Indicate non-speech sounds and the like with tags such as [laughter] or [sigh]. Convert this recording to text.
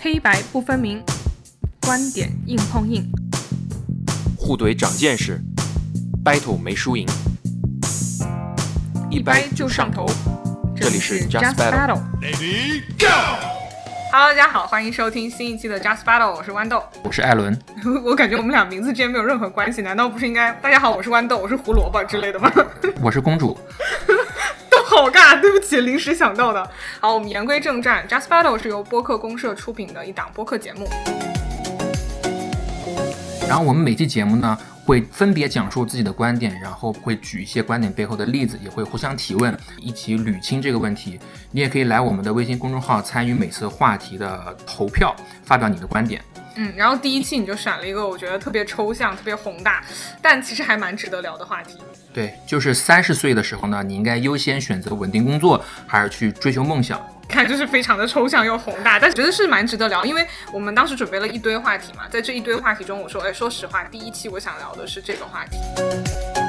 黑白不分明，观点硬碰硬，互怼长见识，battle 没输赢，一掰就上头。这里是 Just Battle。 Lady Go。 Hello，大家好，欢迎收听新一期的 Just Battle，我是豌豆， [laughs] 我是艾伦。我感觉我们俩名字之间没有任何关系，难道不是应该大家好，我是豌豆，我是胡萝卜之类的吗？ [laughs] 我是公主。都好尬，对不起，临时想到的。好，我们言归正传，Just Battle 是由播客公社出品的一档播客节目。然后我们每期节目呢，会分别讲述自己的观点，然后会举一些观点背后的例子，也会互相提问，一起捋清这个问题。你也可以来我们的微信公众号参与每次话题的投票，发表你的观点。嗯，然后第一期你就选了一个我觉得特别抽象、特别宏大，但其实还蛮值得聊的话题。对，就是三十岁的时候呢，你应该优先选择稳定工作，还是去追求梦想？看，就是非常的抽象又宏大，但觉得是蛮值得聊，因为我们当时准备了一堆话题嘛，在这一堆话题中，我说，哎，说实话，第一期我想聊的是这个话题。